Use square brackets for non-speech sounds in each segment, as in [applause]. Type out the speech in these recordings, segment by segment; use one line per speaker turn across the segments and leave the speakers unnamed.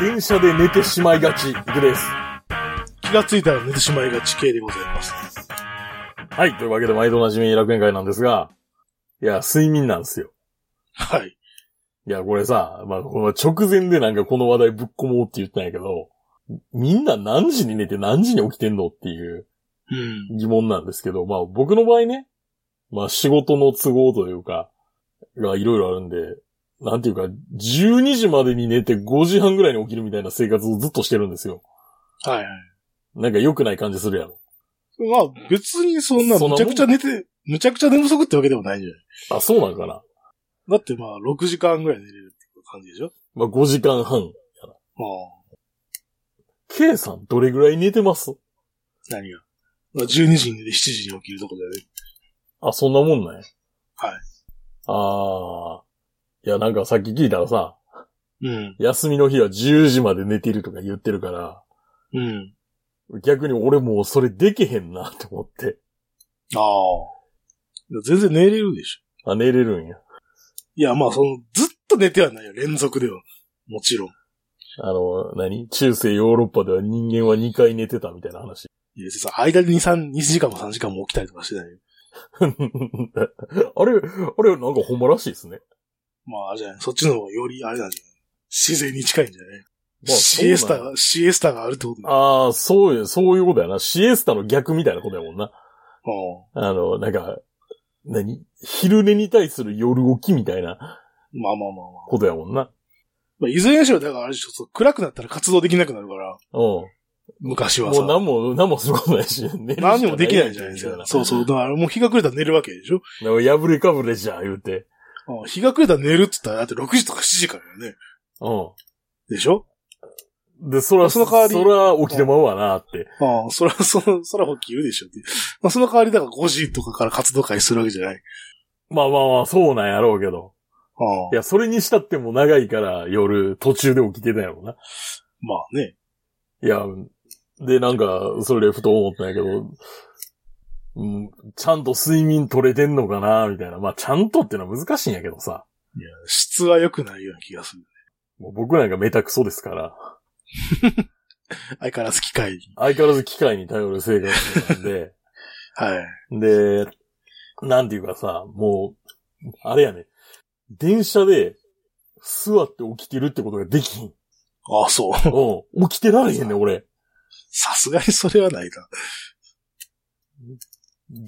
電車で寝てしまいがちです。
気がついたら寝てしまいがち系でございます。
はい。というわけで、毎度おなじみ楽園会なんですが、いや、睡眠なんですよ。
はい。
いや、これさ、まあ、この直前でなんかこの話題ぶっ込もうって言ったんやけど、みんな何時に寝て何時に起きてんのっていう
うん。
疑問なんですけど、まあ僕の場合ね、まあ仕事の都合というか、がいろいろあるんで、なんていうか、12時までに寝て5時半ぐらいに起きるみたいな生活をずっとしてるんですよ。
はいはい。
なんか良くない感じするやろ。
まあ別にそんな
そんなもん
むちゃくちゃ寝て、むちゃくちゃ寝不足ってわけでもないんじゃない
あ、そうなんかな。
だってまあ6時間ぐらい寝れるって感じでしょ
まあ5時間半。
ああ。
K さんどれぐらい寝てます
何が。まあ12時に寝て7時に起きるとこだよね。
あ、そんなもんなんや。
はい。
あー。いや、なんかさっき聞いたらさ、
うん。
休みの日は10時まで寝てるとか言ってるから、
うん。
逆に俺もうそれでけへんなと思って。
ああ。全然寝れるでしょ。
あ、寝れるんや。
いやまあその、ずっと寝てはないよ。連続では。もちろん。
あの、何中世ヨーロッパでは人間は2回寝てたみたいな話。 [laughs]
いや、実は間で2、3、2時間も3時間も起きたりとかしてないよ。
あれ、あれなんかほんまらしいですね。
まあ、あれじゃない。そっちの方がより、あれなんじゃない自然に近いんじゃない
まあ
シエス
そ
タ。
うなん
が、シエスタがあるってことだ。あ
ああ、そうや、そういうことやな。シエスタの逆みたいなことやもんな。
あ
あの、なんか、何昼寝に対する夜起きみたいな
まあまあまあまあ。
ことやもんな。
まあ、いずれにしろ、だからあれでしょ、そう暗くなったら活動できなくなるから、
うん。
昔は
も
さ。
う何も、何もすることないし、寝るしか
何にもできないじゃないです
みた
か。
な
そうそう。だからもう日が暮れたら寝るわけでしょ。
なんか破れかぶれじゃん、言うて。
うん日が暮れたら寝るって言ったら、だって6時とか7時からだよね。
う
でしょ
ん。で、そら、
その代わり
そら起きてまうわなって。
ああ、そら、そら、そら起きるでしょって。まあ、その代わりだから5時とかから活動会するわけじゃない。
まあまあまあ、そうなんやろうけど。
ああ。
いや、それにしたってもう長いから夜途中で起きてたやろうな。
まあね。
いや、で、なんか、それでふと思ったんやけど、うん、ちゃんと睡眠取れてんのかなみたいな。まあ、ちゃんとってのは難しいんやけどさ。
いや、質は良くないような気がする。
もう僕なんかメタクソですから、
相変わらず機械に。
相変わらず機械に頼る生活なんで、
はい。
で、なんていうかさ、もう、あれやね、電車で座って起きてるってことができひん。
ああ、そう。
うん、起きてられへんねん、俺。
さすがにそれはないな。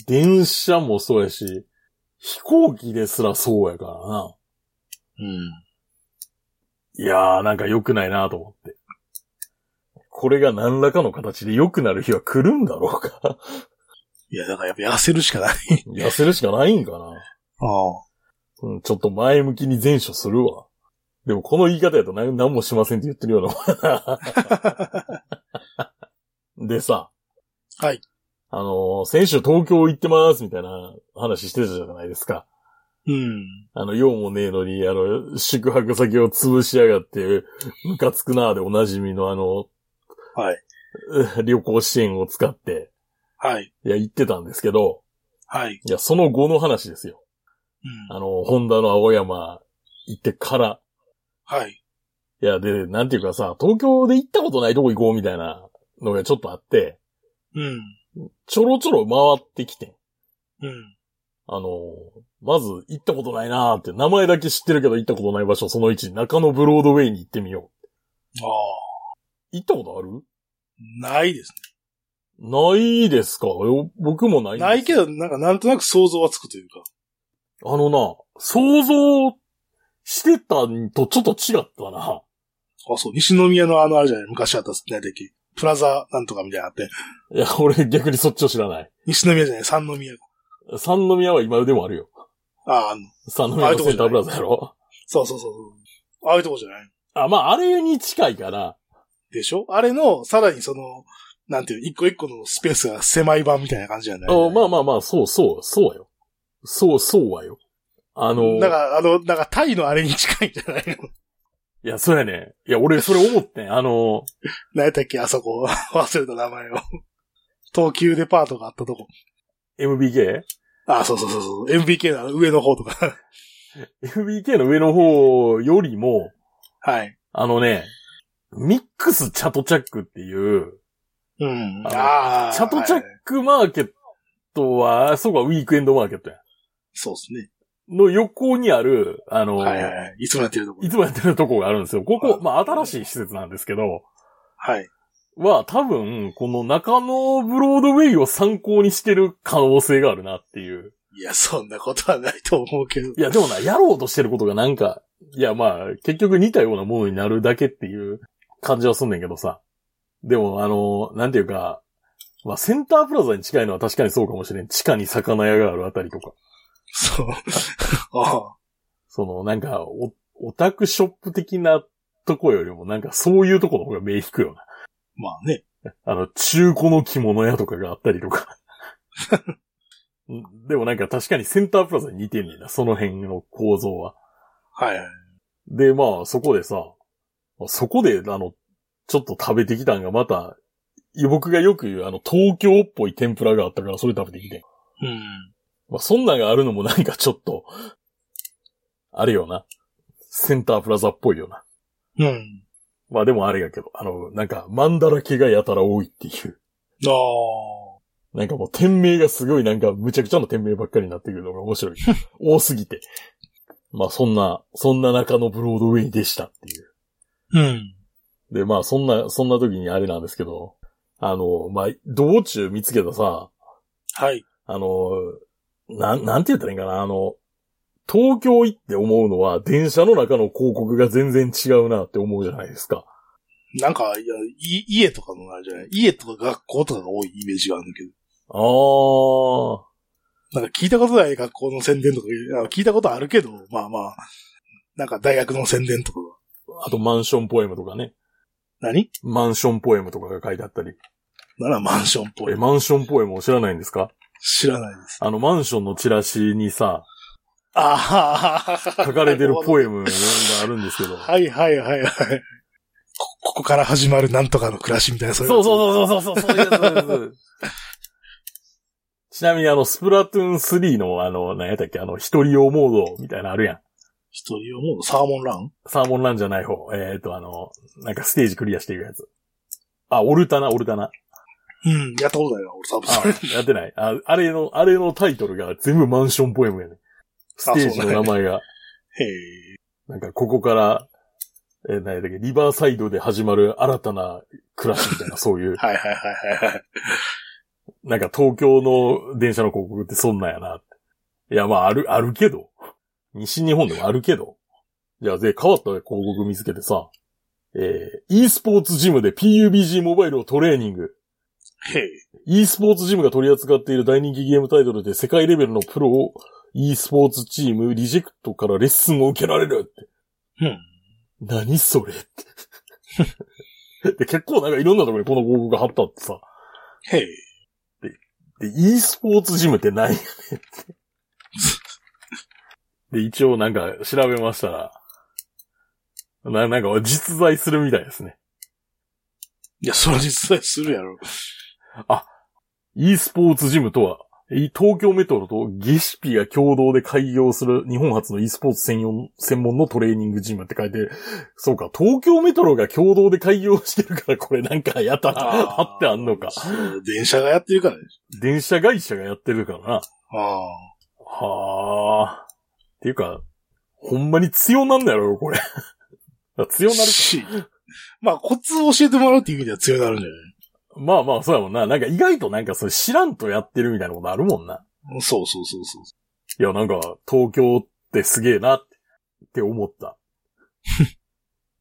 電車もそうやし、飛行機ですらそうやからな。
うん。
いやー、なんか良くないなと思って。これが何らかの形で良くなる日は来るんだろうか。
いや、だからやっぱ痩せるしかない。
痩せるしかないんかな。
ああ。
うん、ちょっと前向きに前処するわ。でもこの言い方やと何何もしませんって言ってるような
[laughs]
もん。でさ。
はい。
あのー先週東京行ってますみたいな話してたじゃないですか。
うん。
あの、用もねえのに、あの、宿泊先を潰しやがって、ムカつくなーでおなじみのあの、。
はい
[laughs] 旅行支援を使って、
はい。
いや、行ってたんですけど、
はい。
いや、その後の話ですよ。
うん。
あの、ホンダの青山行ってから、
はい。
いや、で、なんていうかさ、東京で行ったことないとこ行こうみたいなのがちょっとあって、
うん。
ちょろちょろ回ってきてん、
うん。
あの、まず行ったことないなーって、名前だけ知ってるけど行ったことない場所、その1、中野ブロードウェイに行ってみよ
ああ。
う。行ったことある
ないです
ないですかよ僕もないん
ね。
です
ないけ。ど、なんかなんとなく想像はつくというか。
あのな、想像してたんとちょっと違ったな。
あ、そう。西宮のあの、あれじゃない昔あった、何だっけ。プラザなんとかみたいなのあって。
いや、俺逆にそっちを知らない。
西宮じゃない、三宮。
三宮は今でもあるよ。
ああ、あの、
三宮のセンタープラザやろ。
そうそうそうそう。ああいうとこじゃない
あ、まあ、あれに近いから、
でしょあれの、さらにその、なんていう、一個一個のスペースが狭い版みたいな感じじゃない
あまあまあまあ、そうそう、そうよ。そう、そうはよ。あの、
なんか、あの、なんかタイのあれに近いんじゃないの
いや、そうやね。いや、俺、それ思ってん。あの、
何やったっけあそこ。 [laughs] 忘れた名前を。東急デパートがあったとこ。
MBK?MBK
あ、そうそうそうそう。MBK のあの上の方とか。 [laughs]
の上の方よりも、
はい。
あのね、ミックスチャトチャックっていう、
うん。
あの
ああ。
チャトチャッ
はい
クマーケットは、そうか、ウィークエンドマーケットや。
そうですね。
の横にある、あの、
はいはいはい。いつもやってるとこ
いつもやってるとこがあるんですよ。こ
は
こ
い、
まあ、新しい施設なんですけど、
はい。
は、多分、この中野ブロードウェイを参考にしてる可能性があるなっていう。
いや、そんなことはないと思うけど。 [laughs]
いや、でもな、やろうとしてることがなんか、いや、まあ、結局似たようなものになるだけっていう感じはすんねんけどさ。でも、あの、なんていうか、まあ、センタープラザに近いのは確かにそうかもしれん。地下に魚屋があるあたりとか。
そう。 [laughs] あ
その、なんか、おオタクショップ的なとこよりも、なんかそういうとこの方が目引くよな。
まあね。
あの、中古の着物屋とかがあったりとか。 [laughs] うんでもなんか確かにセンタープラザに似てんねんな、その辺の構造は。
はいはい。
で、まあ、そこでさ、そこで、あの、ちょっと食べてきたんがまた、僕がよく言う、あの、東京っぽい天ぷらがあったから、それ食べてきてん。
うん。
まあ、そんなんがあるのもなんかちょっと、あれよな。センタープラザっぽいよな。
うん。
まあでもあれやけど、あの、なんか、マンダラ系がやたら多いっていう。
ああ。
なんかもう店名がすごいなんかむちゃくちゃな店名ばっかりになってくるのが面白い。多すぎて。まあそんな、そんな中のブロードウェイでしたっていう。
うん。
でまあそんな、そんな時にあれなんですけど、あの、まあ道中見つけたさ、
はい。
あの、なん、なんて言ったらいいんかな、あの、東京行って思うのは電車の中の広告が全然違うなって思うじゃないですか。
なんか、いや、い家とかのあれじゃない家とか学校とかが多いイメージがあるんだけ
あー。
ど。なんか聞いたことない学校の宣伝とか、あ聞いたことあるけど、まあまあ、なんか大学の宣伝とかが。
あとマンションポエムとかね。
何
マンションポエムとかが書いてあったり。
ならマンションっぽ
え、
い。
マンションポエムを知らないんですか
知らないです。
あの、マンションのチラシにさ、
ああ。
書かれてる
い。
ポエムがあるんですけど。
はいはいはいはい。こ、ここから始まるなんとかの暮らしみたいな、そい
そう
う
そうそうそうそう、そういうやつそういうやつ。ちなみにあの、スプラトゥーン3のあの、何やったっけ、あの、一人用モードみたいなのあるやん。
一人用のサーモンラン
サーモンランじゃない方。えっ、と、あの、なんかステージクリアしていくやつ。あ、オルタナ、オルタナ。
うん、やったことないな、俺サーモンラン
あ。、やってない。あ、あれの、あれのタイトルが全部マンションポエムやねん。ステージの名前が。
へえ。
なんか、ここから、えー、何やったっけ、リバーサイドで始まる新たな暮らしみたいな、そう
[laughs]
いう。
はいはいはいはいはい。
なんか東京の電車の広告ってそんなんやなって。いや、まあ、ある、あるけど。西日本でもあるけど。いや、で、変わった広告見つけてさ、えー、e スポーツジムで PUBG モバイルをトレーニング。
へえ。
e スポーツジムが取り扱っている大人気ゲームタイトルで世界レベルのプロを e スポーツチームリジェクトからレッスンを受けられるって。
うん。
何それって。 [laughs] で、結構なんかいろんなところにこの広告が貼ったってさ。
へえ。
で、e スポーツジムって何やねんって。で、一応なんか調べましたら、な、なんか実在するみたいですね。
いや、それ実際するやろ。
e スポーツジムとは、い東京メトロとゲシピが共同で開業する日本初の e スポーツ専用、専門のトレーニングジムって書いて、そうか、東京メトロが共同で開業してるからこれなんかやたら貼ってあんのか。
そう電車がやってるからね。
電車会社がやってるからな。
ああ。
はあ。っていうか、ほんまに強なんだろ、これ。 [laughs] 強なるか。
し。まあ、コツを教えてもらうっていう意味では強くなるんじゃ
まあまあ、そうやもんな。なんか意外となんかそれ知らんとやってるみたいなことあるもんな。
ないそうそうそうそう。
いや、なんか東京ってすげえなって思った。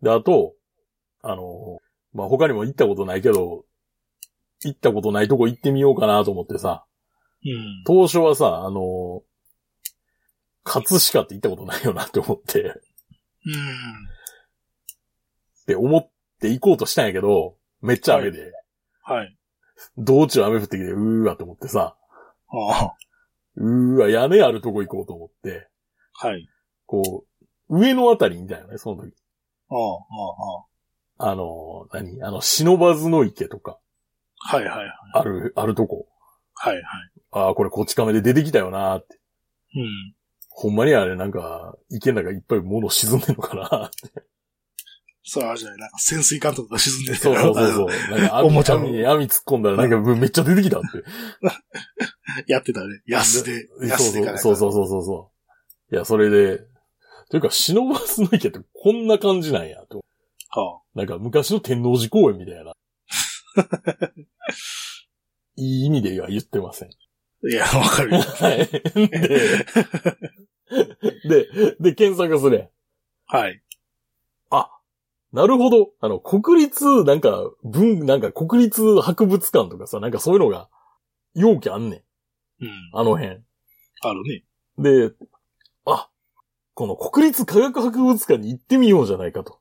で、あと、あの、まあ他にも行ったことないけど、行ったことないとこ行ってみようかなと思ってさ、
うん。
当初はさ、あの、葛飾って行ったことないよなって思って。
うん。
って思って行こうとしたんやけど、めっちゃ雨で、
はい。
道中雨降ってきて、うーわと思ってさ、
あ
うーわ、屋根あるとこ行こうと思って、
あ。はい。
こう、上のあたりみたいなね、その時。
ああ、あ
あの、何あの、忍ばずの池とか、
あ、ああ。はいはい。
ある、あるとこ。
はいはい。
ああ、これこっち亀で出てきたよなーって。
うん。
ほんまにあれなんか、池の中いっぱい物沈んでんのかなって。
そうあるじゃない。なんか潜水艦とかが沈んでて
そうそうそうそう。なんか網、
おもちゃの
網に網突っ込んだら、なんかめっちゃ出てきたって。
[laughs] やってたね。安で、安でかなんか
そうそうそうそうそうそう。いや、それで、というか、忍ばすの池ってこんな感じなんや、と。
は
なんか昔の天王寺公園みた
[laughs]
いな。いい意味では言ってません。
あいや、わかるよ。
はい。で、 [laughs] で、で、検索するやん
はい。
あ、なるほど。あの、国立、なんか、文、なんか国立博物館とかさ、なんかそういうのが、容器あんねん。
うん。
あの辺。
あるね。
で、あ、この国立科学博物館に行ってみようじゃないかと。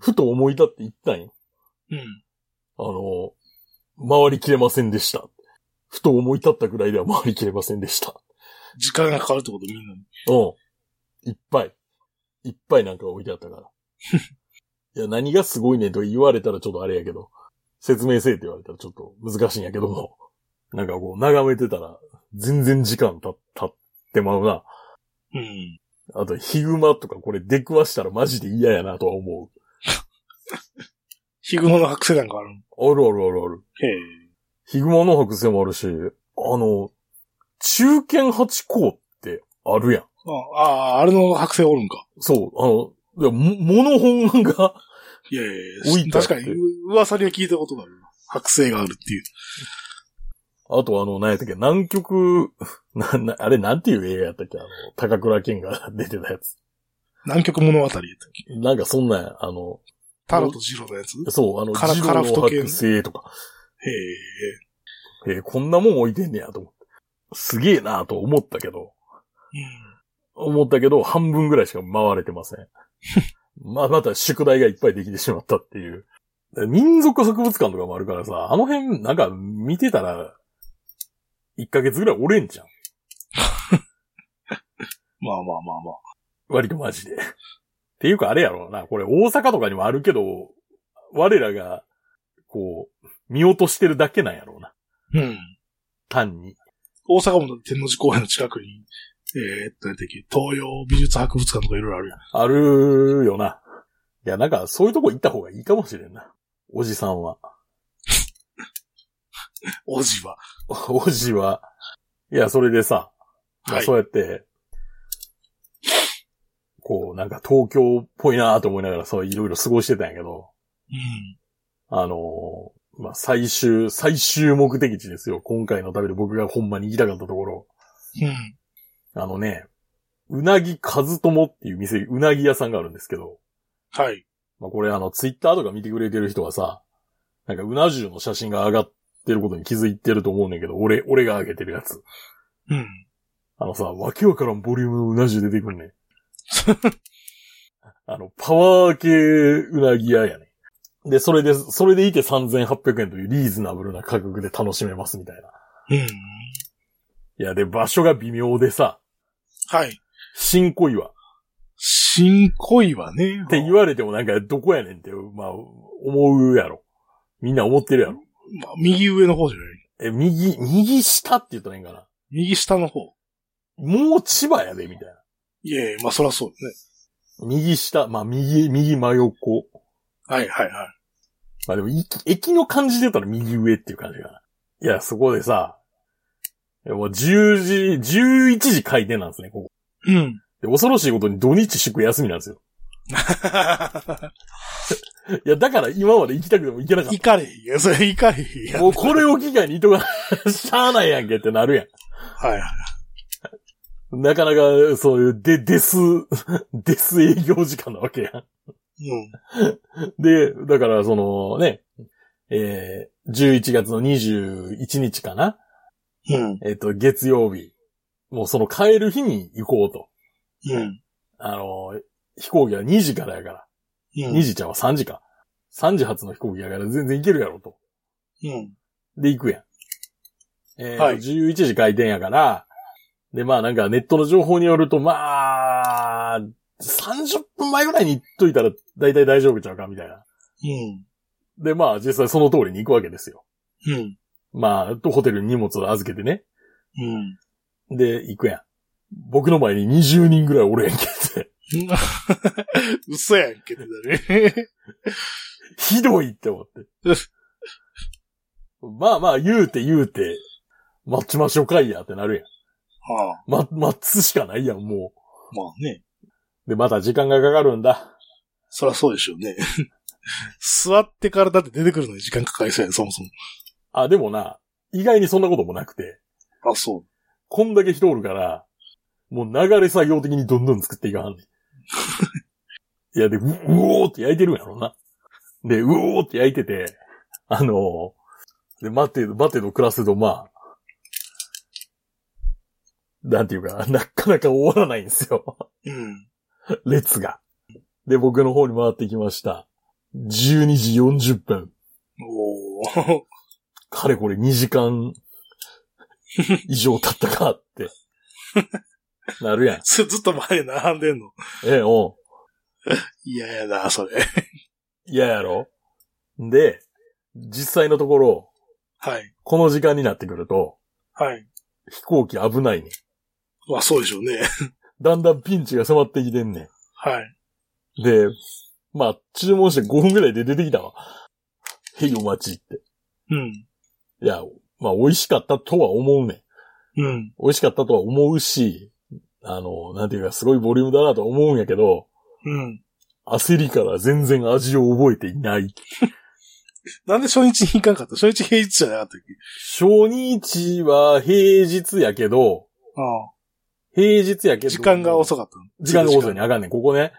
ふと思い立って行ったんよ。
うん。うん。
あの、回りきれませんでした。ふと思い立ったぐらいでは回りきれませんでした。
時間がかかるってことみんなに。
うん。いっぱい。いっぱいなんか置いてあったから。いや、何がすごいねと言われたらちょっとあれやけど、説明せえって言われたらちょっと難しいんやけども、なんかこう眺めてたら、全然時間た経ってまうな。
うん。
あと、ヒグマとかこれ出くわしたらマジで嫌やなとは思う。
ヒグマの剥製なんかあるのへ
あるあるあるある。
え。
ヒグマの剥製もあるし、あの、中堅八甲ってあるやん。
ああ、あれの剥製おるんか。
そう、あの、いやもモノ本が、
いやいや
置
い
い
や、
てあっ
確
て
かにう噂には聞いたことがあるな。剥製があるっていう。
あとあの、何やったっけ、南極、 [laughs] な、な、あれなんていう映画やったっけあの、高倉健が出てたやつ。
南極物語やったっけ
なんかそんなんやあの、
タロとジロのやつへ
そう、あの、
カラ
ジロ
カラ
の
フト系
剥製とか、
え。
えーこんなもん置いてんねやと思って。すげえなと思ったけど、
うん。
思ったけど、半分ぐらいしか回れてませ
[laughs]
ん。まあ、また宿題がいっぱいできてしまったっていう。民族博物館とかもあるからさ、あの辺、なんか見てたら、1ヶ月ぐらい折れんじゃん。
まあまあまあまあ。
割とマジで。っていうかあれやろうな、これ大阪とかにもあるけど、我らが、こう、見落としてるだけなんやろうな。
うん。
単に。
大阪もだって天王寺公園の近くに、えー、っと、なんだっけ、東洋美術博物館とかいろいろあるやん。
あるよな。いや、なんか、そういうとこ行った方がいいかもしれんな。おじさんは。 [laughs]
おじは。
おじは。いや、それでさ、まあ
はい
そうやって、こう、なんか東京っぽいなと思いながら、そういろいろ過ごしてたんやけど、
うん。
あのーまあ、最終、最終目的地ですよ。今回の旅で僕がほんまに行きたかったところ。
うん。
あのね、うなぎかずともっていう店、うなぎ屋さんがあるんですけど、
はい。
まあ、これあの、ツイッターとか見てくれてる人はさ、なんかうな重の写真が上がってることに気づいてると思うねんだけど、俺、俺が上げてるやつ。
うん。
あのさ、わけわからんボリュームのうな重出てくん [laughs] ねん。あの、パワー系うなぎ屋やねん。で、それで、それでいて3800円というリーズナブルな価格で楽しめますみたいな。
うん。
いや、で、場所が微妙でさ、
はい。
新小岩。
新恋はね。
って言われてもなんかどこやねんって、まあ、思うやろ。みんな思ってるやろ。
まあ、右上の方じゃない。
え、右、右下って言ったらいいんかな。
右下の方。
もう千葉やで、みたいな。
いやいや、まあそらそうね。
右下、まあ右、右真横。
はいはいはい。
まあでも、駅駅の感じで言ったら右上っていう感じかな。いや、そこでさ、いやもう10時、11時開店なんですね、ここ。
うん。
で恐ろしいことに土日祝休みなんですよ。いや、だから今まで行きたくても行けなかっ
[laughs] 行かれへんやん。それ行かれへんや
た。
ん。
もうこれを機会にいとか、 [laughs] しゃあないやんけってなるやん。
はいはい。
なかなか、そういう、で、です、 [laughs] です営業時間なわけやん。
うん。
で、だから、そのね、えー、11月の21日かな
うん。
えっ、と、月曜日。もうその帰る日に行こうと。
うん。
あのー飛行機は2時からやから。
うん。
2時ちゃんは3時か。3時発の飛行機やから全然行けるやろと。
うん。
で、行くやん。えー
はい
11時開店やから、で、まあなんかネットの情報によると、まあ、30分前ぐらいに行っといたら大体大丈夫ちゃうかみたいな。
うん。
で、まあ実際その通りに行くわけですよ。
うん。
まあ、とホテルに荷物を預けてね。
うん。
で、行くやん。僕の前に20人ぐらいおるやんけって。
[laughs] 嘘やんけってだね。
ひどいって思って。まあまあ、言うて言うて、待ちましょうかいやってなる
はあ、
やん。ま、待つしかないやん、も
まあね。
う。で、また時間がかかるんだ。
そりゃそうでしょうね。座ってからだって出てくるのに時間かかりそうやん、そもそも。
あ、でもな、意外にそんなこともなくて、
あ、そ
こんだけ人おるから、もう流れ作業的にどんどん作っていかはんねん。いや、で、う、うおーって焼いてるんやろな。で、うおーって焼いてて、あのーで、待って、待ってと暮らすと、まあ、なんていうか、なかなか終わらないんですよ。 [laughs]
う。うん。
列が。で、僕の方に回ってきました。12時40分。
おー。 [laughs]
かれこれ2時間以上経ったかって。なるやん。
ずずっと前に並んでんの。
ええ、お
嫌やな、そ
ん。
れ。
嫌やろで、実際のところ、
はい。
この時間になってくると、
はい。
飛行機危ないねん。
まあ、そうでしょうね。
だんだんピンチが迫ってきてんね
はい。
ん。で、まあ、注文して5分ぐらいで出てきたわ。へい、お待ちって。
うん。
いや、まあ、美味しかったとは思うねん。
うん。
美味しかったとは思うし、あの、なんていうか、すごいボリュームだなとは思うんやけど、
うん。
焦りから全然味を覚えていない。
なんで初日に行かんかった初日平日じゃなかったっけ
初日は平日やけど、
あ
平日やけど。
あ。時間が遅かったの。
時間が遅いね。あかんねん。ここね。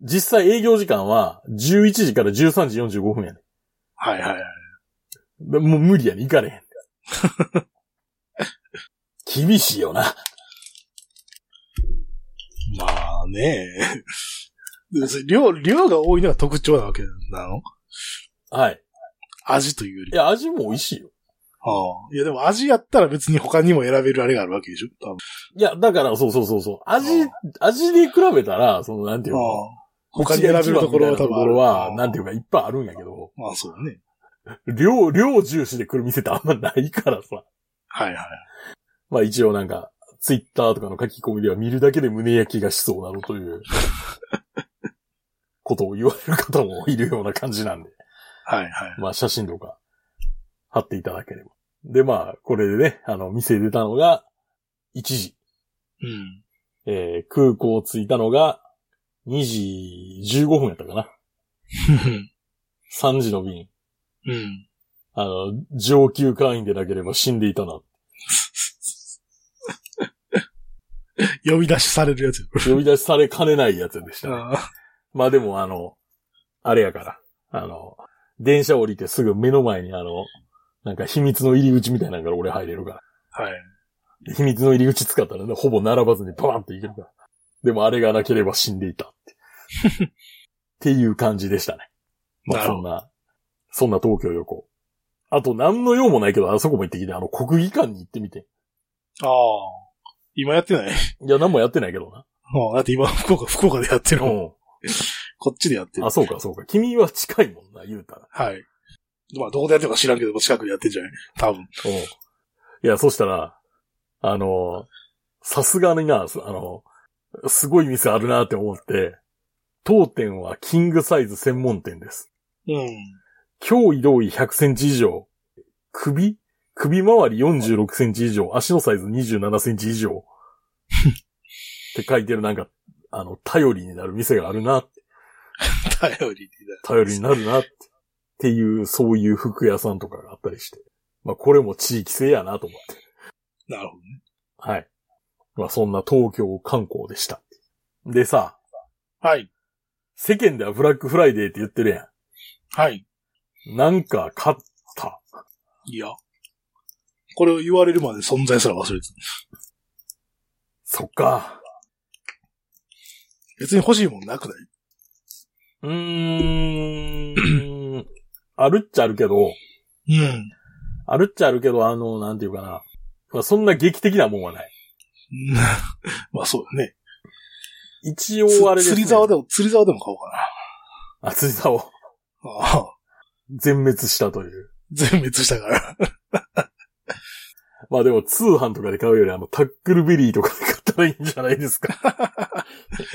実際営業時間は11時から13時45分やね
はいはいはい。
ん。でもう無理やねん。行かれへ
[laughs]
ん。厳しいよな。
まあね [laughs] でそれ量、量が多いのが特徴なわけなの
はい。
味というより
い。や、味も美味しいよ。
ああ。いやでも味やったら別に他にも選べるあれがあるわけでしょ多
いや、だから、そうそうそうそう。味
うん、
味で比べたら、その、なんていう
分。
の、
ああ。他に選べるところは多分ある。
は、なんて
い
いうか、いっぱいあるんやけど、
まあそうね。
量、量重視で来る店ってあんまないからさ。
はいはい。
まあ一応なんか、ツイッターとかの書き込みでは見るだけで胸焼きがしそうなのという、ことを言われる方もいるような感じなんで、
はいはい。
まあ写真とか貼っていただければ。でまあ、これでね、あの、店出たのが1時、
うん。
えー空港着いたのが2時15分やったかな。3時の便。
うん。
あの、上級会員でなければ死んでいたな。
[laughs] 呼び出しされるやつよ。
呼び出しされかねないやつでしたね、
[laughs] ああ
まあでもあの、あれやから。あの、電車降りてすぐ目の前にあの、なんか秘密の入り口みたいなのから俺入れるか
はい。
ら。秘密の入り口使ったらね、ほぼ並ばずにバーンっていけるから。でもあれがなければ死んでいた
[laughs]
って。っていう感じでしたね。まあ
なる
そ
ほ
んな、そんな東京旅行。あと何の用もないけど、あそこも行ってきて、あの国技館に行ってみて。
ああ。今やってない。 [laughs]
いや、何もやってないけどな。
ああだって今福岡、福岡でやってるもん。
う
こっちでやって
ん。
る
あ、。そうか、そうか。君は近いもんな、言うたら。
はい。まあどこでやってるか知らんけど、近くでやってんじゃない多分。
おういや、そしたら、あの、さすがにな、そあの、すごい店あるなって思って、当店はキングサイズ専門店です。
うん。
脅威同意100センチ以上、首首周り46センチ以上、足のサイズ27センチ以上。って書いてるなんか、あの、頼りになる店があるな、
頼りになる。
頼りになるなって、っていう、そういう服屋さんとかがあったりして。まあ、これも地域性やなと思って。
なるほどね。
はい。まあそんな東京観光でした。でさ、
はい。
世間ではブラックフライデーって言ってるや
はい。
ん。なんか買った。
いや。これを言われるまで存在すら忘れてた。
そっか。
別に欲しいもんなくないう [clears throat]
ーん。あるっちゃあるけど、
うん。 [laughs]
あるっちゃあるけど、あの、なんていうかな。まあそんな劇的なもんはない。
まあそうだね。
一応あれです、ね。
釣り竿でも、釣り竿でも買おうか
あ、釣り竿。
な。あ [laughs] あ。
全滅したという。
全滅したから。
まあでも通販とかで買うよりあのタックルベリーとかで買ったらいいんじゃないです
[laughs]
か。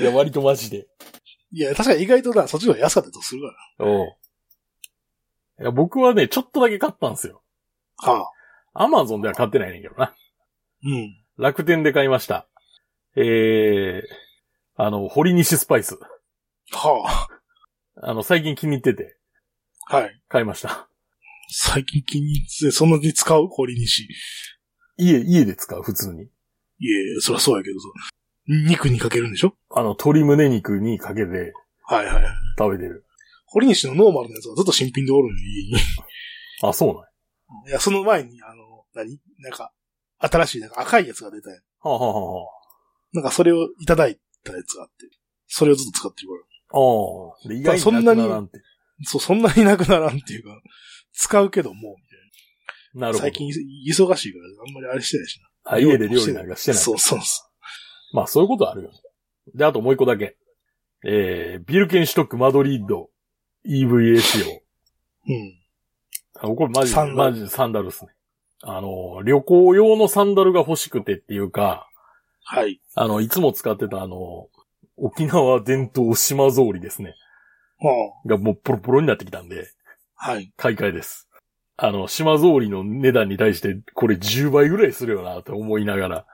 いや、割とマジで。
いや、確かに意外とな、そっちの方が安かったりとかするか
おいや、僕はね、ちょっとだけ買ったんですよ。
ら。はあ。
アマゾンでは買ってないねんけどな。
うん。
楽天で買いました。えー、あの、堀西スパイス。
は
あの、最近気に入ってて
あ。はい。
買いました。
最近気に入って、そんなに使う氷にし。
家、家で使う、普通に。
いやいやそりゃそうやけどさ。肉にかけるんでしょ
あの、鶏胸肉にかけて
はいはいはい。
食べてる。
堀西のノーマルのやつはずっと新品でおるのに、 [laughs] 家に
あ、そうなんや
いや、その前に、あの、何なんか、新しい、なんか赤いやつが出たやん。
はあ、はあはあは
なんかそれをいただいたやつがあって、それをずっと使ってるから。
あ、ああ。で、意外
そ
に
ん
なく
なに
ならんて。
そう、そんなになくならんっていうか、使うけどもう、み
な
たいな。
るほど。
最近忙しいから、あんまりあれしてないしな。
あ家で料理なんかしてない。
そうそうそ
まあ、そういうことあるよね。で、あともう一個だけ。えー、ビルケンシュトックマドリード EVA 仕様。
う。うん。
あこれマジ
サ
で、
ンダル
マジでサンダルっすね。あの、旅行用のサンダルが欲しくてっていうか、
はい。
あの、いつも使ってたあの、沖縄伝統島造りですね。
は
がもうポロポロになってきたんで、
あ、はい。
買い替えです。あの、島造りの値段に対して、これ10倍ぐらいするよなと思いな [laughs] がら。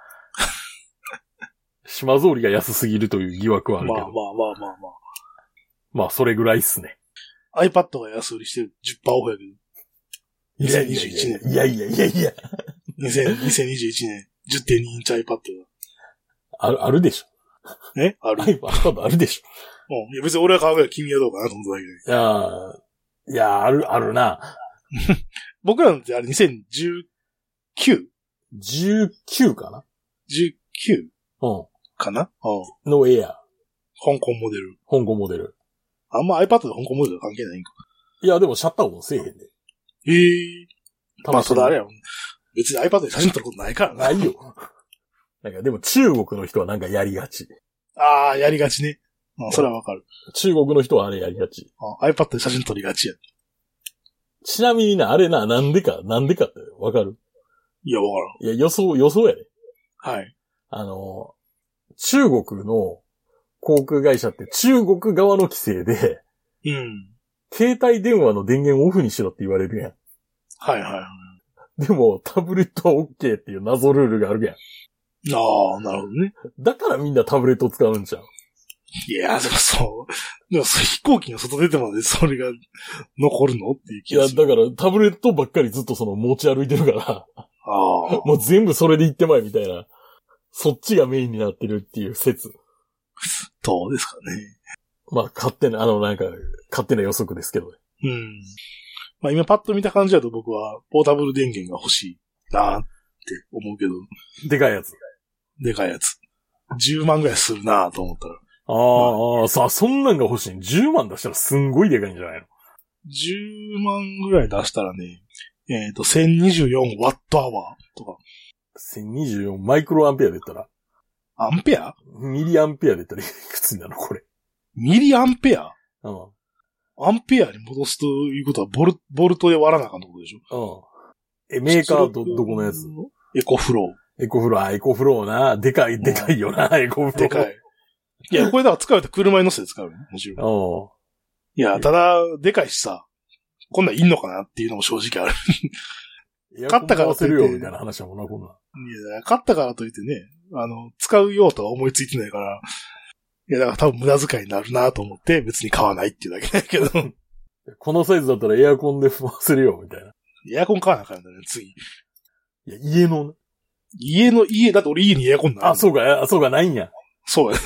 島造りが安すぎるという疑惑は
ま
あ
あ
るけ
まあ
ど。
ま
ま
あまあま
あ、それぐらいっすね。
あ。iPad が安売りしてる10%オフやけ
いやいやい
2021年
やいやいやいや。
ど、2000 2021年10.2インチ iPad が。
ある、あるでしょ。
えある。
ある、あるでしょ。
うん。いや別に俺は買うけど君はどうかなと思っただけで。
いやーいやー、ある、あるな。
僕らのってあれ 2019?19?
19かなう
かなうん。
ん。のエア。
香港モデル。
香港モデル。
あんま iPad と香港モデル関係ないんか。
いや、でもシャッター音せえへんで。
ええ
た
まあそれあれやもん。別に iPad で写真撮ることないからな。
ないよ。 [laughs] なんか、でも中国の人はなんかやりがち。
ああ、やりがちね。うん、それはわかる。
中国の人はあれやりがち。
うん iPad で写真撮りがちや。
ちなみにな、あれな、なんでか、なんでかってわかる
いや、わ
いや、予想、予想やで。
からん。はい。
あの、中国の航空会社って中国側の規制で、
うん。
携帯電話の電源オフにしろって言われるや
はいはいはい。
ん。でも、タブレットは OK っていう謎ルールがあるやん。
ああ、なるほどね。
だからみんなタブレット使うんじゃん。
いや、でもそう。でもそれ飛行機の外出てまでそれが残るのっていう
い
気
や、
がする。
だからタブレットばっかりずっとその持ち歩いてるから。
ああ。
もう全部それで行ってまいみたいな。そっちがメインになってるっていう説。
どうですかね。
まあ、勝手な、あの、なんか、勝手な予測ですけどね。
うん。まあ今パッと見た感じだと僕はポータブル電源が欲しいなーって思うけど、
でかいやつ。
でかいやつ。10万ぐらいするなーと思ったら。
あー、あー、さあ、そんなんが欲しい。10万出したらすんごいでかいんじゃないの
10万ぐらい出したらね、えっ、と、1024ワットアワーとか、
?1024 マイクロアンペアで言ったら、
アンペア
ミリアンペアで言ったらいくつになるのこれ。
ミリアンペア
うん。うん。
アンペアに戻すということはボル、ボルトで割らなあかんってことでしょ
え、メーカーど、
出力
どこのやつ
エコフロ
エコフロー、あエコフローな。でかい、でかいよな、エコフロ
ー。
ー。
でかい。いや、これだから使うと車に乗せて使うよもちろん。
うん。
いや、ただ、でかいしさ、こんなんいんのかなっていうのも正直ある。
買
買
っ
ったた
か
からら
せ
とい
る
って
よ、みたいな話やもんな、こんなん。
いや、買ったからといってね、あの、使う用途は思いついてないから、いや、だから多分無駄遣いになるなと思って、別に買わないっていうだけだけど、 [laughs]
このサイズだったらエアコンで踏ませるよ、みたいな。
エアコン買わなあかんだね、次。
いや、家のね、
家の、家、だって俺家にエアコンない。
あ、そうか、あそうか、ないんや。
そう [laughs] や。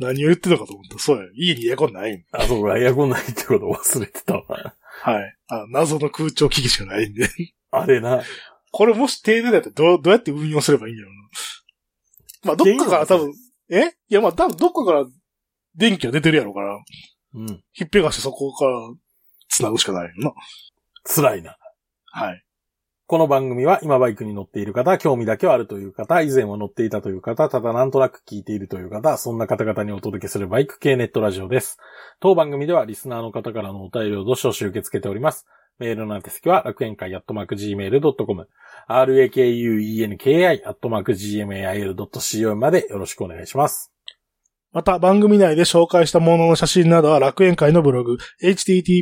何を言ってたかと思った。そうや。家にエアコンない。
あ、そうか、エアコンないってことを忘れてたわ。
はい。あ謎の空調機器しかないんで。 [laughs]
あれな。
これもし停電だったらどう、どうやって運用すればいいんだろうな。まあ、どっかから多分、えいや、まあ、多分どっかから電気が出てるやろうから、
うん。
ひっぺがしてそこから繋ぐしかないよな。
辛いな。
はい。
この番組は今バイクに乗っている方、興味だけはあるという方、以前は乗っていたという方、ただなんとなく聞いているという方、そんな方々にお届けするバイク系ネットラジオです。当番組ではリスナーの方からのお便りをどしどし受け付けております。
メールの宛先は楽園会アットマーク Gmail.com、rakuenki アットマーク Gmail.co までよろしくお願いします。
また、番組内で紹介したものの写真などは楽園会のブログ、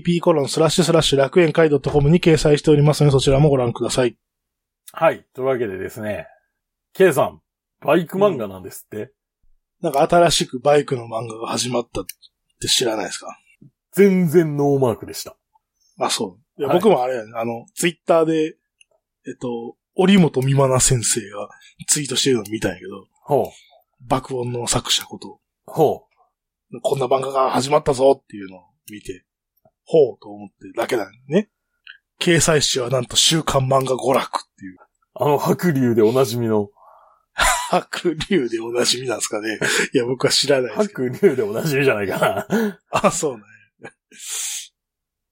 http:// 楽園会 .com に掲載しておりますので、そちらもご覧ください。
はい。というわけでですね、K さん、バイク漫画なんですって、
なんか新しくバイクの漫画が始まったって知らないですか
全然ノーマークでした。
あ、そう。いや、
はい
僕もあれやね、あの、ツイッターで、えっと、折本美奈先生がツイートしてるの見たんやけど、
ほう。
爆音の作者こと、
ほ
こんな漫画が始まったぞっていうのを見て、ほうと思ってるだけなんね。掲載誌はなんと週刊漫画娯楽っていう、
う。あの白竜でおなじみの、
白竜でおなじみなんですかね。いや、僕は知らないですけど。
白竜でおなじみじゃないかな。
あ、そうなんや。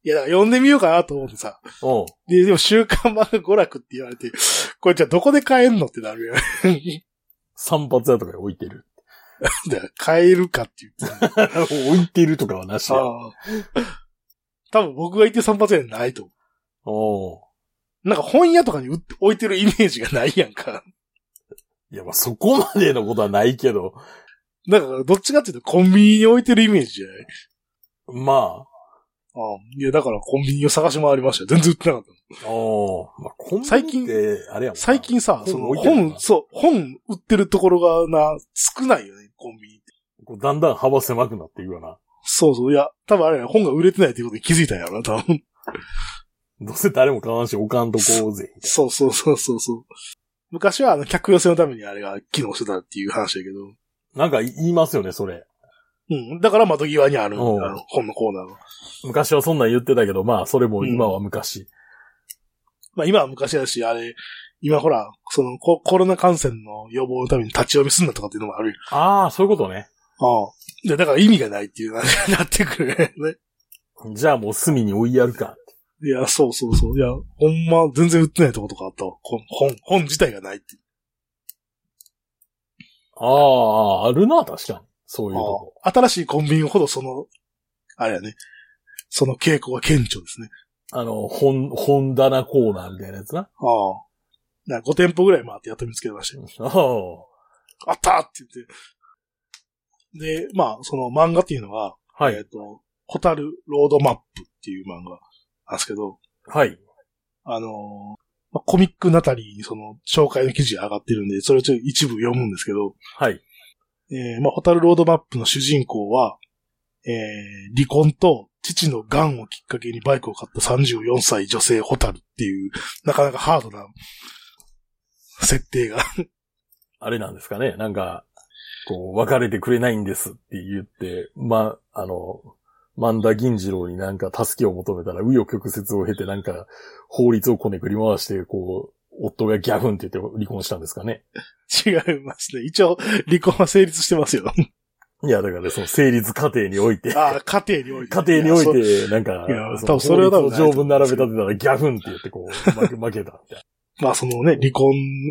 いや、だから読んでみようかなと思ってさ。
うん。
で、でも週刊漫画娯楽って言われて、これじゃあどこで買えんのってなるよね。 [laughs]
散髪屋とかに置いてる。 [laughs]
だから買えるかっていう。
置いてるとかはなしや。
ああ。多分僕が言って散髪屋じゃないと思
おう
う。なんか本屋とかに売って置いてるイメージがないやんか。
いや、まあ、そこまでのことはないけど、
なんか、どっちかっていうとコンビニに置いてるイメージじゃない
ま
ああいや、だからコンビニを探し回りましたよ。全然売ってなかったの。
あ、おうまあ、コンビニって
最近
あれやもんな
最近さ、
本
その
置いてる
本
な、
そう、本売ってるところがな、少ないよね、コンビニって。
こうだんだん幅狭くなっていくよな。
そうそう、いや、多分あれや本が売れてないっていうことに気づいたんやろな、多分。
どうせ誰も買わんし、置かんとこうぜ。
そうそうそうそうそう。昔はあの、客寄せのためにあれが機能してたっていう話だけど。
なんか言いますよね、それ。
うん。だから窓際にある、あ
おう
の、本のコーナーが。
昔はそんなん言ってたけど、まあ、それも今は昔。
まあ今は昔だし、あれ、今ほら、そのココロナ感染の予防のために立ち読みすんなとかっていうのもあるよ
ああ、そういうことね。
ああ。で、だから意味がないっていう話に [laughs] なってくるよね。
じゃあもう隅に追いやるか。
いや、そうそうそう。いや、ほんま、全然売ってないとことかあったわ。こ本、本自体がないっていう。
ああ、あるな、確かに。そういうとこ。
ああ新しいコンビニほどその、あれやね。その傾向が顕著ですね。
あの、本、本棚コーナーみたいなやつな。
ああ。なんか5店舗ぐらい回ってやっと見つけましたよ。
ああ。
あったーって言って。で、まあ、その漫画っていうのは、
は
えっ
い。
と、ホタルロードマップっていう漫画なんですけど、
はい。
あのーまあコミックナタリーにその紹介の記事が上がってるんで、それをちょっと一部読むんですけど、
はい。
えーまあ、ホタルロードマップの主人公は、えー離婚と父の癌をきっかけにバイクを買った34歳女性ホタルっていう、なかなかハードな設定が。
あれなんですかね。なんか、こう、別れてくれないんですって言って、ま、あの、万田銀次郎になんか助けを求めたら、紆余曲折を経てなんか、法律をこねくり回して、こう、夫がギャフンって言って離婚したんですかね。
違いますね。一応、離婚は成立してますよ。
いや、だからその成立過程において、
ああ、家庭において。
家庭におい
や。そ
て、なんか
いや、
そ
多
の
分それは多分
法律を条文並べ立てたらギャフンって言ってこう、負け負けたみたい
まあ、そのね、離婚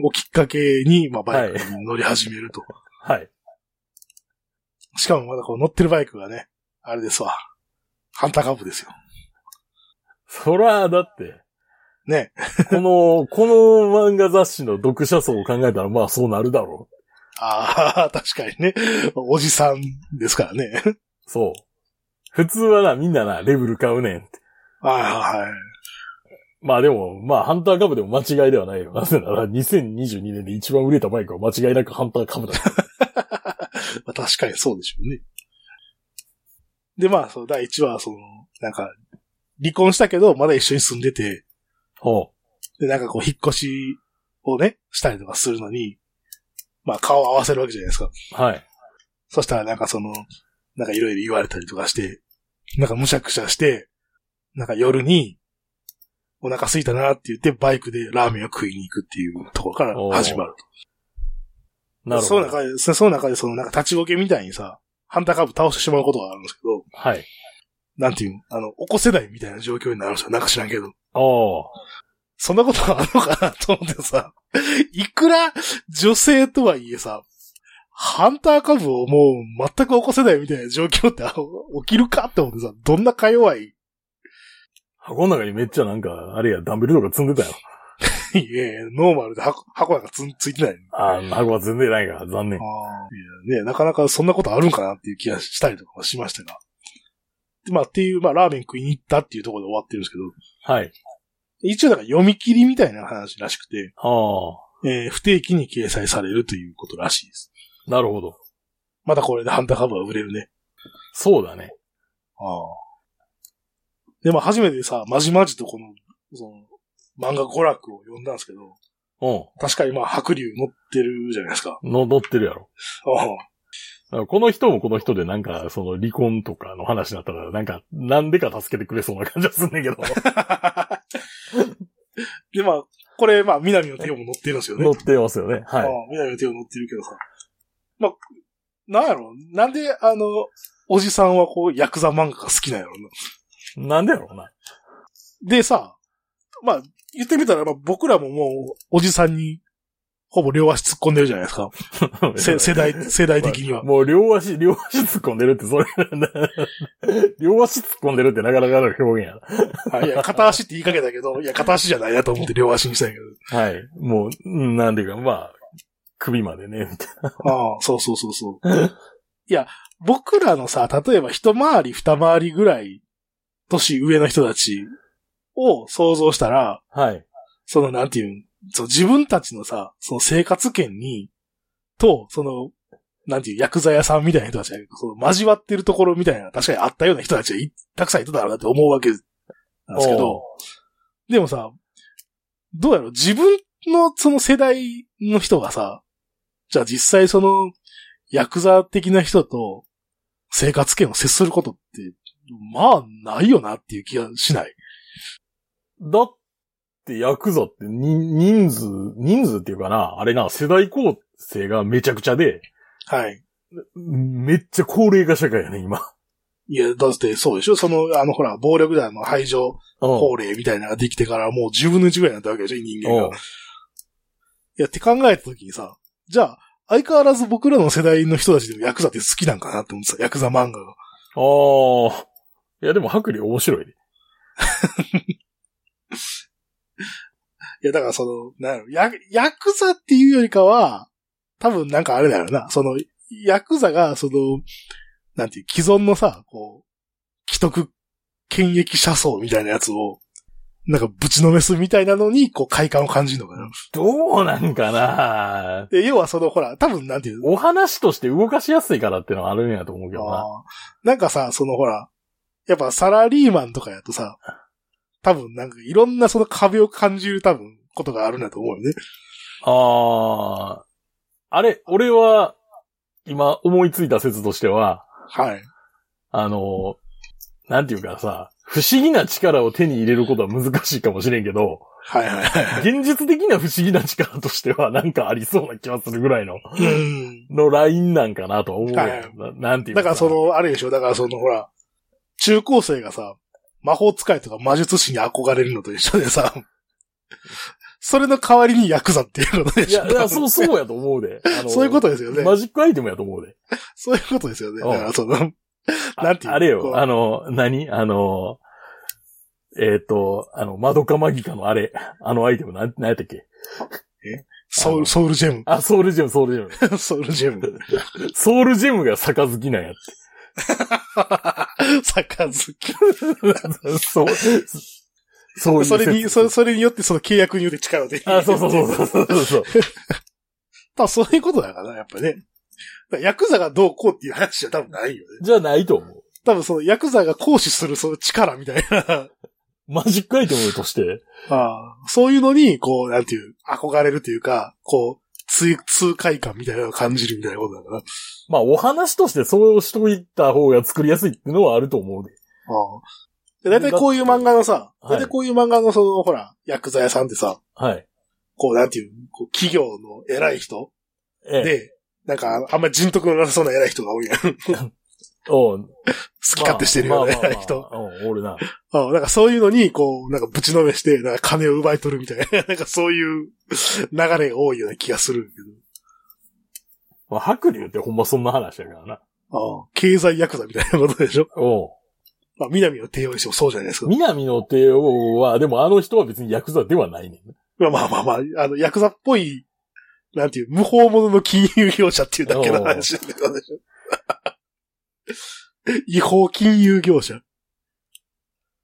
をきっかけに、まあ、バイクに乗り始めると。
な。はい。
しかもまだこう乗ってるバイクがね、あれですわ。ハンターカブですよ。
そら、だって、
ね。
この、この漫画雑誌の読者層を考えたら、まあそうなるだろう。
ああ、 [laughs] 確かにね。おじさんですからね。
そう。普通はな、みんなな、レベル買うねんって。
ああ、はい。 [laughs]
まあでも、まあ、ハンター株でも間違いではないよ。なぜなら、2022年で一番売れたバイクは間違いなくハンター株だ。
まあ、確かにそうでしょうね。で、まあ、その第1話は、その、なんか、離婚したけど、まだ一緒に住んでて、
ほ
で、なんかこう、引っ越しをね、したりとかするのに、まあ、顔を合わせるわけじゃないですか。
う。はい。
そしたら、なんかその、なんかいろいろ言われたりとかして、なんかむしゃくしゃして、なんか夜に、お腹空いたなって言って、バイクでラーメンを食いに行くっていうところから始まる。
なる
そ
ほ
の
ど。
中で、そその中で、そのなんか立ちぼけみたいにさ、ハンターカブ倒してしまうことがあるんですけど、
はい。
なんていうのあの、起こせないみたいな状況になるんですよ。なんか知らんけど。
おー
そんなことがあるのかなと思ってさ、 [laughs] いくら女性とはいえさ、ハンター株をもう全く起こせないみたいな状況ってあ起きるかって思ってさ、どんなか弱い
箱の中にめっちゃなんか、あれや、ダンベルとか積んでたよ。
いやいや、ノーマルで箱、箱なんかつんついてない。
あー箱は積んでないから、残念。
いやね、なかなかそんなことあるんかなっていう気がしたりとかはしましたが。でまあっていう、まあラーメン食いに行ったっていうところで終わってるんですけど、
はい。
一応なんか読み切りみたいな話らしくて、
ああ、
えー不定期に掲載されるということらしいです。
なるほど。
またこれでハンターハブは売れるね。
そうだね。
で、まあ初めてさ、まじまじとこの、その、漫画娯楽を読んだんですけど、
う
確かにまあ白龍乗ってるじゃないですか。
ん。の、乗ってるやろ。
うん
だからこの人もこの人でなんか、その離婚とかの話だったら、なんか、なんでか助けてくれそうな感じはすんねんけど。
で、まあ、これ、まあ、南の手をも乗ってるんですよ
[laughs]
ね。
乗ってますよね。は
ああ
い。
南の手を乗ってるけどさ。まあ、なんやろなんで、あの、おじさんはこう、ヤクザ漫画が好きなんやろな。
なんでやろうな。
でさ、まあ、言ってみたら、まあ、僕らももう、おじさんに、ほぼ両足突っ込んでるじゃないですか。せ世代、世代的に
[laughs]
は。
もう両足、両足突っ込んでるって、それなんだ。 [laughs] 両足突っ込んでるってなかなかの表現や
はいいや、片足って言いかけたけど、いや、片足じゃないなと思って両足にしたんやけど。
な。はい。もう、うんなんていうか、まあ、首までね、みたい
ああ、そうそうそうそう。いや、僕らのさ、例えば一回り二回りぐらい、年上の人たちを想像したら、
な。はい。
そのなんていうん、そう自分たちのさ、その生活圏に、と、その、なんていう、薬剤屋さんみたいな人たちが、その交わってるところみたいな、確かにあったような人たちがいたくさんいただろうなって思うわけなんですけど、でもさ、どうやろう自分のその世代の人がさ、じゃあ実際その、ヤクザ的な人と生活圏を接することって、まあ、ないよなっていう気がしない。
だって、ヤクザってに、人数、人数っていうかな、あれな、世代構成がめちゃくちゃで、
はい。
めっちゃ高齢化社会やね、今。
いや、だってそうでしょその、あの、ほら、暴力団の排除
うん
法令みたいなのができてからもう10分の1ぐらいになったわけでしょ人間が。
うん
いや、って考えた時にさ、じゃあ、相変わらず僕らの世代の人たちでもヤクザって好きなんかなって思ってた。ヤクザ漫画が。
ああ。いや、でも白龍面白いね。
いや、だからその、なんやろヤ、ヤクザっていうよりかは、多分なんかあれだよな、その、ヤクザが、その、なんていう、既存のさ、こう、既得権益者層みたいなやつを、なんかぶちのめすみたいなのに、こう、快感を感じるのかな。
どうなんかな
で、要はその、ほら、多分なんていうの
お話として動かしやすいからってのはあるんやと思うけどな。
あーなんかさ、そのほら、やっぱサラリーマンとかやとさ、多分なんかいろんなその壁を感じる多分ことがあるんだと思うよね。
ああ。あれ、俺は、今思いついた説としては、
はい。
あの、なんていうかさ、不思議な力を手に入れることは難しいかもしれんけど、
はいはいはい。
現実的な不思議な力としてはなんかありそうな気はするぐらいの、
うん。
のラインなんかなとは思うやん、
はい
な。なんていう
だから
さ
その、あれでしょ、だからそのほら、中高生がさ、魔法使いとか魔術師に憧れるのと一緒で
[laughs]
さ、それの代わりにヤクザっていうので
い
しょ。
や、いやそう、そうやと思うで。あの
そういうことですよね。
マジックアイテムやと思うで。
そういうことですよね。だ
うん
からその、
あ
なんていうの
あれ
こう
よ、あの、何あの、えっ、と、あの、マドカマギカのあれ、あのアイテム、なん、なんやったっけ
ソウル、ソウルジェム。
あ、ソウルジェム、ソウルジェム。
ソウルジェム。 [laughs]
[laughs] ソウルジェムが坂好きなんやって。 [laughs] そう、そうい
杯。
う説
それに、それ、それによって、その契約によって力を出る。
あ、そうそうそうそうそうそう。
多分そういうことだからな、やっぱね。だからヤクザがどうこうっていう話じゃ多分ないよね。
じゃないと思う。
多分そのヤクザが行使するその力みたいな。
マジックアイテムとして。
ああそういうのに、こう、なんていう、憧れるというか、こう、痛、痛快感みたいなのを感じるみたいなことだから。あ
まあ、お話としてそうしといた方が作りやすいっていうのはあると思うで。
あで大体こういう漫画のさ、
はい
大体こういう漫画のその、ほら、ヤクザ屋さんってさ、
はい。
こう、なんていう、こう企業の偉い人
ええ。
で、なんか、あんまり人徳のなさそうな偉い人が多
[laughs]
いやん。好
おう
き勝手してるよね、
まあまあ
偉い人。
まあまあうん、おるな。
うん、なんかそういうのに、こう、なんかぶちのめして、なんか金を奪い取るみたいな、 [laughs] なんかそういう流れが多いような気がするけ
まあ、白龍ってほんまそんな話やからな。
ど。ああ経済ヤクザみたいなことでしょ
おう
まあ、南の帝王にしてもそうじゃないですか。
南の帝王は、でもあの人は別にヤクザではないねん。
まあまあまあまあ、あの、ヤクザっぽい、なんていう、無法者の金融業者っていうだけの話なんだけどね [laughs] 違法金融業者。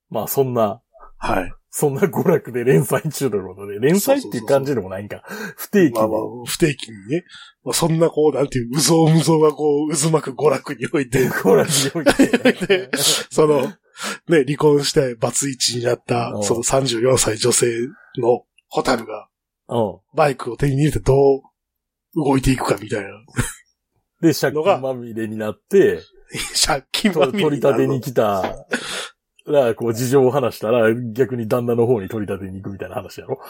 まあそんな、
はい。
そんな娯楽で連載中ということで、連載っていう感じでもないんか。不定期
まあまあ
に。、
不定期にね。まあ、そんなこう、なんていう、無造無造がこう、渦巻く [laughs] 娯楽において、
娯楽において
でその、ね、離婚してバツイチになった
う、ん
その34歳女性のホタルが、 [laughs]
うん。
バイクを手に入れてどう動いていくかみたいな。
で、借
のが
金まみれになって、
借金
と
まみれ
取り
にな
立て
る
に来た、ら、こう事情を話したら、逆に旦那の方に取り立てに行くみたいな話やろ。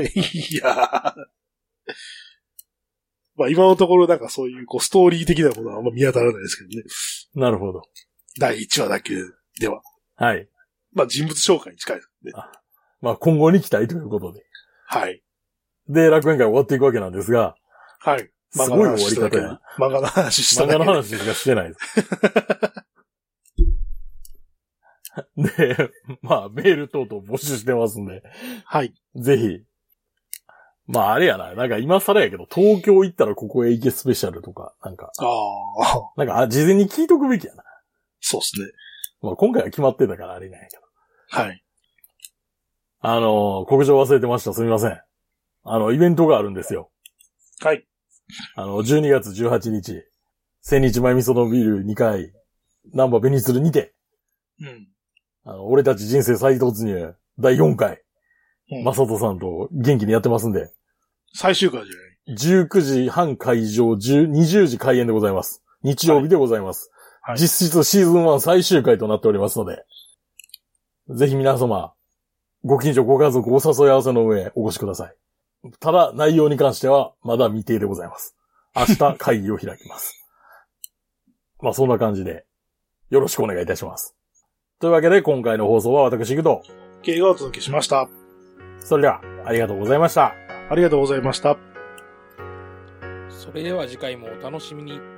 いやーまあ今のところなんかそういうこうストーリー的なものはあんま見当たらないですけどね。
なるほど。
第1話だけでは。
はい。
まあ人物紹介に近いですね。
まあ今後に期待ということで。
はい。
で、楽園会終わっていくわけなんですが、
はい。
すごい終わり方やな。
漫画の話した
漫
だ
画の
け。漫画の話
話しかしてない
[laughs]
です。で、まあ、メール等々募集してますんで、
はい。
ぜひ。まあ、あれやな、なんか今更やけど、東京行ったらここへ行けスペシャルとか、なんか、
ああ、
なんか、あ事前に聞いとくべきやな。
そうですね。
まあ、今回は決まってたからあれなんやけど。
はい。
あのー、告示を忘れてました。すみません。あの、イベントがあるんですよ。
はい。
あの、12月18日、千日前味噌のビール2回、ナンバーベニスルにて、
うん。
あの、俺たち人生再突入、第4回、
うん
マサトさんと元気にやってますんで、
最終回じゃない。
19時半会場、10 20時開演でございます。日曜日でございます。
はい
実質シーズン1最終回となっておりますので、ぜひ皆様、ご近所、ご家族、お誘い合わせの上、お越しください。ただ、内容に関しては、まだ未定でございます。明日、会議を開きます。 [laughs] まあ、そんな感じで、よろしくお願いいたします。というわけで、今回の放送は私、行くと、
映画をお届けしました。
それでは、ありがとうございました。
ありがとうございました。
それでは次回もお楽しみに。